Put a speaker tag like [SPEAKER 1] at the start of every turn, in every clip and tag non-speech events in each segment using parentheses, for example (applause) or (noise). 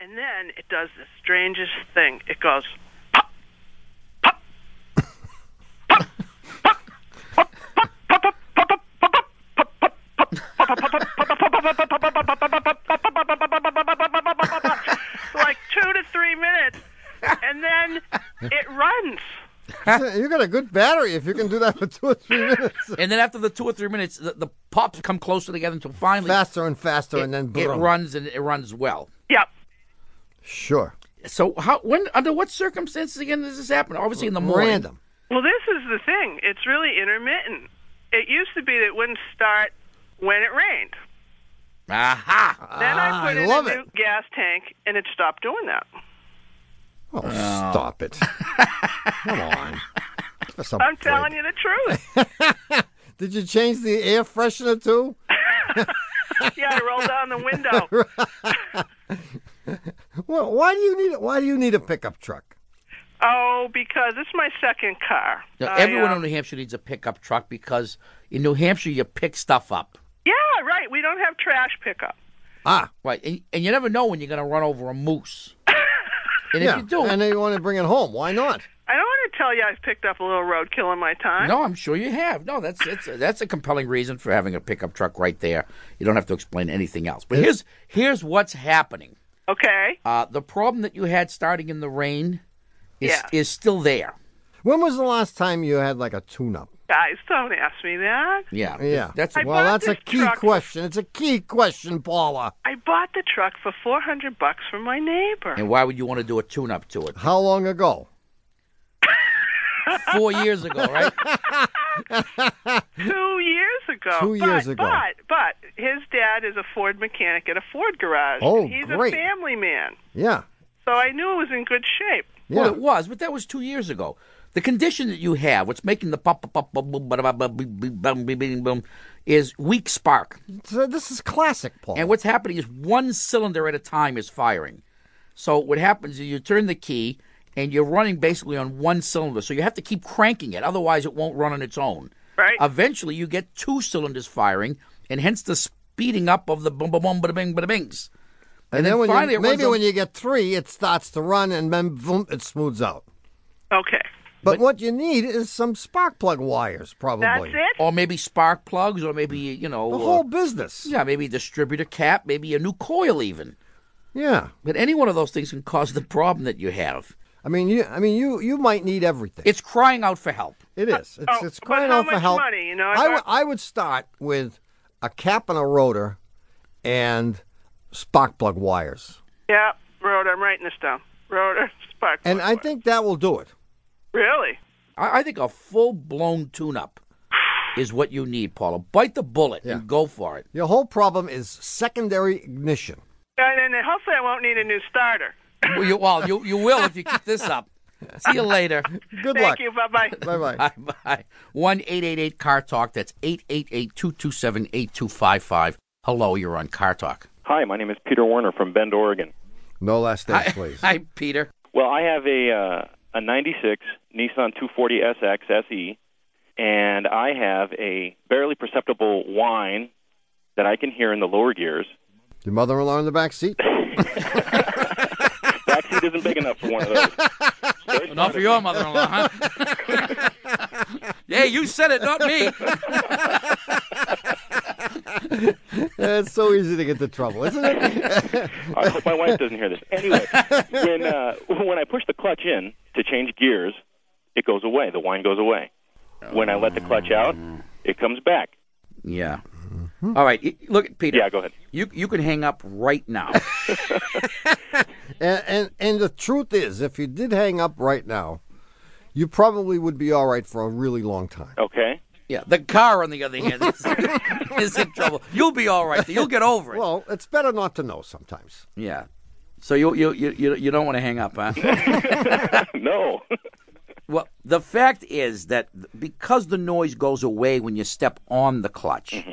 [SPEAKER 1] And then it does the strangest thing. It goes pop, pop, pop, pop, pop, pop, pop, pop, pop, pop, pop, pop, pop, pop, pop, pop, pop, pop, pop, pop, pop, pop, like two to three minutes, and then it runs.
[SPEAKER 2] (laughs) you got a good battery if you can do that for two or three minutes.
[SPEAKER 3] And then after the two or three minutes, the, the pops come closer together until finally
[SPEAKER 2] faster and faster,
[SPEAKER 3] it,
[SPEAKER 2] and then
[SPEAKER 3] it
[SPEAKER 2] boom.
[SPEAKER 3] runs and it runs well.
[SPEAKER 1] Yep.
[SPEAKER 2] Sure,
[SPEAKER 3] So how when under what circumstances again does this happen? Obviously in the morning.
[SPEAKER 2] random.
[SPEAKER 1] Well, this is the thing. It's really intermittent. It used to be that it wouldn't start when it rained.
[SPEAKER 3] Aha!
[SPEAKER 1] Then
[SPEAKER 2] Ah,
[SPEAKER 1] I put
[SPEAKER 2] I
[SPEAKER 1] in
[SPEAKER 2] love
[SPEAKER 1] a
[SPEAKER 2] it.
[SPEAKER 1] new gas tank, and it stopped doing that.
[SPEAKER 2] Oh, stop it! Come on. Give us a
[SPEAKER 1] I'm
[SPEAKER 2] break.
[SPEAKER 1] telling you the truth.
[SPEAKER 2] Did you change the air freshener too?
[SPEAKER 1] yeah, I rolled down the
[SPEAKER 3] (laughs)
[SPEAKER 1] window
[SPEAKER 2] Well, why do you need? Why do you need a pickup truck?
[SPEAKER 1] Oh, because it's my second car.
[SPEAKER 3] Now,
[SPEAKER 1] I,
[SPEAKER 3] everyone
[SPEAKER 1] uh,
[SPEAKER 3] in New Hampshire needs a pickup truck because in New Hampshire you pick stuff up,
[SPEAKER 1] yeah, right. We don't have trash pickup.
[SPEAKER 2] Ah,
[SPEAKER 3] right? And, and you never know when you're going to run over a moose. And
[SPEAKER 2] yeah.
[SPEAKER 3] if you do,
[SPEAKER 2] and then you want to bring it home. Why not?
[SPEAKER 1] I don't want to tell you I've picked up a little roadkill in my time.
[SPEAKER 3] no, I'm sure you have. No, that's that's that's a compelling reason for having a pickup truck right there. You don't have to explain anything else. But here's here's what's happening.
[SPEAKER 1] Okay.
[SPEAKER 3] Uh, the problem that you had starting in the rain is
[SPEAKER 1] Yeah.
[SPEAKER 3] is still there.
[SPEAKER 2] When was the last time you had like a tune-up?
[SPEAKER 1] Guys, don't ask me that.
[SPEAKER 3] Yeah,
[SPEAKER 2] Yeah,
[SPEAKER 3] That's
[SPEAKER 1] I
[SPEAKER 2] well,
[SPEAKER 1] bought
[SPEAKER 2] that's a
[SPEAKER 1] this
[SPEAKER 2] key
[SPEAKER 1] truck-
[SPEAKER 2] question. It's a key question, Paula.
[SPEAKER 1] I bought the truck for 400 bucks from my neighbor.
[SPEAKER 3] and why would you want to do a tune-up to it?
[SPEAKER 2] How long ago?
[SPEAKER 3] Four years ago, right?
[SPEAKER 1] Two years ago.
[SPEAKER 2] Two
[SPEAKER 1] But-
[SPEAKER 2] years ago.
[SPEAKER 1] But, but his dad is a Ford mechanic at a Ford garage.
[SPEAKER 2] Oh,
[SPEAKER 1] and He's
[SPEAKER 2] great.
[SPEAKER 1] a family man.
[SPEAKER 2] Yeah,
[SPEAKER 1] So I knew it was in good shape.
[SPEAKER 2] yeah.
[SPEAKER 3] Well, it was, but that was two years ago. The condition that you have, what's making the pop, pop, pop, boom, boom, ba, da, ba, ba, boom, boom, boom, boom, boom, boom, is weak spark.
[SPEAKER 2] So this is classic, Paula.
[SPEAKER 3] And what's happening is one cylinder at a time is firing. So what happens is you turn the key and you're running basically on one cylinder. So you have to keep cranking it, otherwise it won't run on its own.
[SPEAKER 1] Right.
[SPEAKER 3] Eventually you get two cylinders firing, and hence the speeding up of the boom, boom, boom, bada, bing, bada, bings.
[SPEAKER 2] And
[SPEAKER 3] then
[SPEAKER 2] when you-
[SPEAKER 3] finally it runs
[SPEAKER 2] maybe
[SPEAKER 3] on-
[SPEAKER 2] when you get three, it starts to run, and then boom, it smooths out.
[SPEAKER 1] Okay.
[SPEAKER 2] But, what you need is some spark plug wires, probably.
[SPEAKER 1] That's it.
[SPEAKER 2] Oh.
[SPEAKER 3] Or maybe spark plugs, or maybe, you know.
[SPEAKER 2] The
[SPEAKER 3] uh,
[SPEAKER 2] whole business.
[SPEAKER 3] Yeah, maybe a distributor cap, maybe a new coil even.
[SPEAKER 2] Yeah.
[SPEAKER 3] But any one of those things can cause the problem that you have.
[SPEAKER 2] I mean, you. I mean, you. You might need everything.
[SPEAKER 3] It's crying out for help.
[SPEAKER 2] It is. It's,
[SPEAKER 1] oh,
[SPEAKER 2] it's
[SPEAKER 1] but
[SPEAKER 2] crying
[SPEAKER 1] how
[SPEAKER 2] out for
[SPEAKER 1] much
[SPEAKER 2] help.
[SPEAKER 1] money, you know,
[SPEAKER 2] I,
[SPEAKER 1] I
[SPEAKER 2] w-
[SPEAKER 1] got-
[SPEAKER 2] I would start with a cap and a rotor, and spark plug wires,
[SPEAKER 1] Yeah. Rotor. I'm writing this down. (laughs) Rotor. Spark.
[SPEAKER 2] and
[SPEAKER 1] plug
[SPEAKER 2] I
[SPEAKER 1] wire.
[SPEAKER 2] think that will do it.
[SPEAKER 1] Really?
[SPEAKER 3] I, I think a full blown tune up is what you need, Paula. Bite the bullet and go for it.
[SPEAKER 2] Your whole problem is secondary ignition.
[SPEAKER 1] And then hopefully I won't need a new starter.
[SPEAKER 3] Well, you, well, you, you will if you keep this up. See you later.
[SPEAKER 2] Good
[SPEAKER 1] Thank
[SPEAKER 2] luck.
[SPEAKER 1] you. Bye bye.
[SPEAKER 2] Bye bye.
[SPEAKER 3] Bye bye. 1 888 Car Talk. That's 888 227 8255. Hello, you're on Car Talk.
[SPEAKER 4] Hi, my name is Peter Warner from Bend, Oregon.
[SPEAKER 2] No last
[SPEAKER 3] Hi,
[SPEAKER 2] name, please.
[SPEAKER 3] hi, Peter.
[SPEAKER 4] Well, I have a uh, a '96 Nissan 240SX SE, E, and I have a barely perceptible whine that I can hear in the lower gears.
[SPEAKER 2] Your mother-in-law in the back seat.
[SPEAKER 4] Back seat isn't big enough for one of those. There's
[SPEAKER 3] Not for your mother in law, huh? (laughs) yeah, you said it, not me.
[SPEAKER 2] Yeah, it's so easy to get into trouble, isn't it? (laughs)
[SPEAKER 4] I hope my wife doesn't hear this. Anyway, when uh, when I push the clutch in to change gears, it goes away. The whine goes away. When I let the clutch out, it comes back.
[SPEAKER 3] Yeah. All right. y- Look, Peter.
[SPEAKER 4] Yeah, go ahead.
[SPEAKER 3] You you can hang up right now.
[SPEAKER 2] and, and and the truth is, if you did hang up right now, you probably would be all right for a really long time.
[SPEAKER 4] Okay. (laughs)
[SPEAKER 3] yeah. The car, on the other hand, is, (laughs) is in trouble. You'll be all right. You'll get over it.
[SPEAKER 2] Well, it's better not to know sometimes.
[SPEAKER 3] yeah. So you you you you you don't want to hang up, huh?
[SPEAKER 4] no.
[SPEAKER 3] well, the fact is that because the noise goes away when you step on the clutch,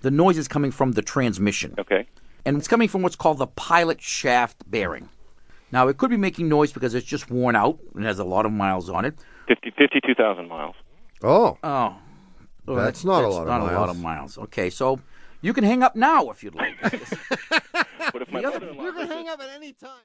[SPEAKER 3] the noise is coming from the transmission.
[SPEAKER 4] okay.
[SPEAKER 3] and it's coming from what's called the pilot shaft bearing. Now, it could be making noise because it's just worn out and has a lot of miles on it.
[SPEAKER 4] Fifty fifty-two
[SPEAKER 3] (laughs)
[SPEAKER 4] thousand miles.
[SPEAKER 2] Oh,
[SPEAKER 3] Oh, well,
[SPEAKER 2] That's not a lot of
[SPEAKER 3] not a lot
[SPEAKER 2] miles.
[SPEAKER 3] of miles. Okay, so you can hang up now if you'd like.
[SPEAKER 4] But if my
[SPEAKER 3] The other-
[SPEAKER 4] mother-in-law
[SPEAKER 2] you can hang up at any time.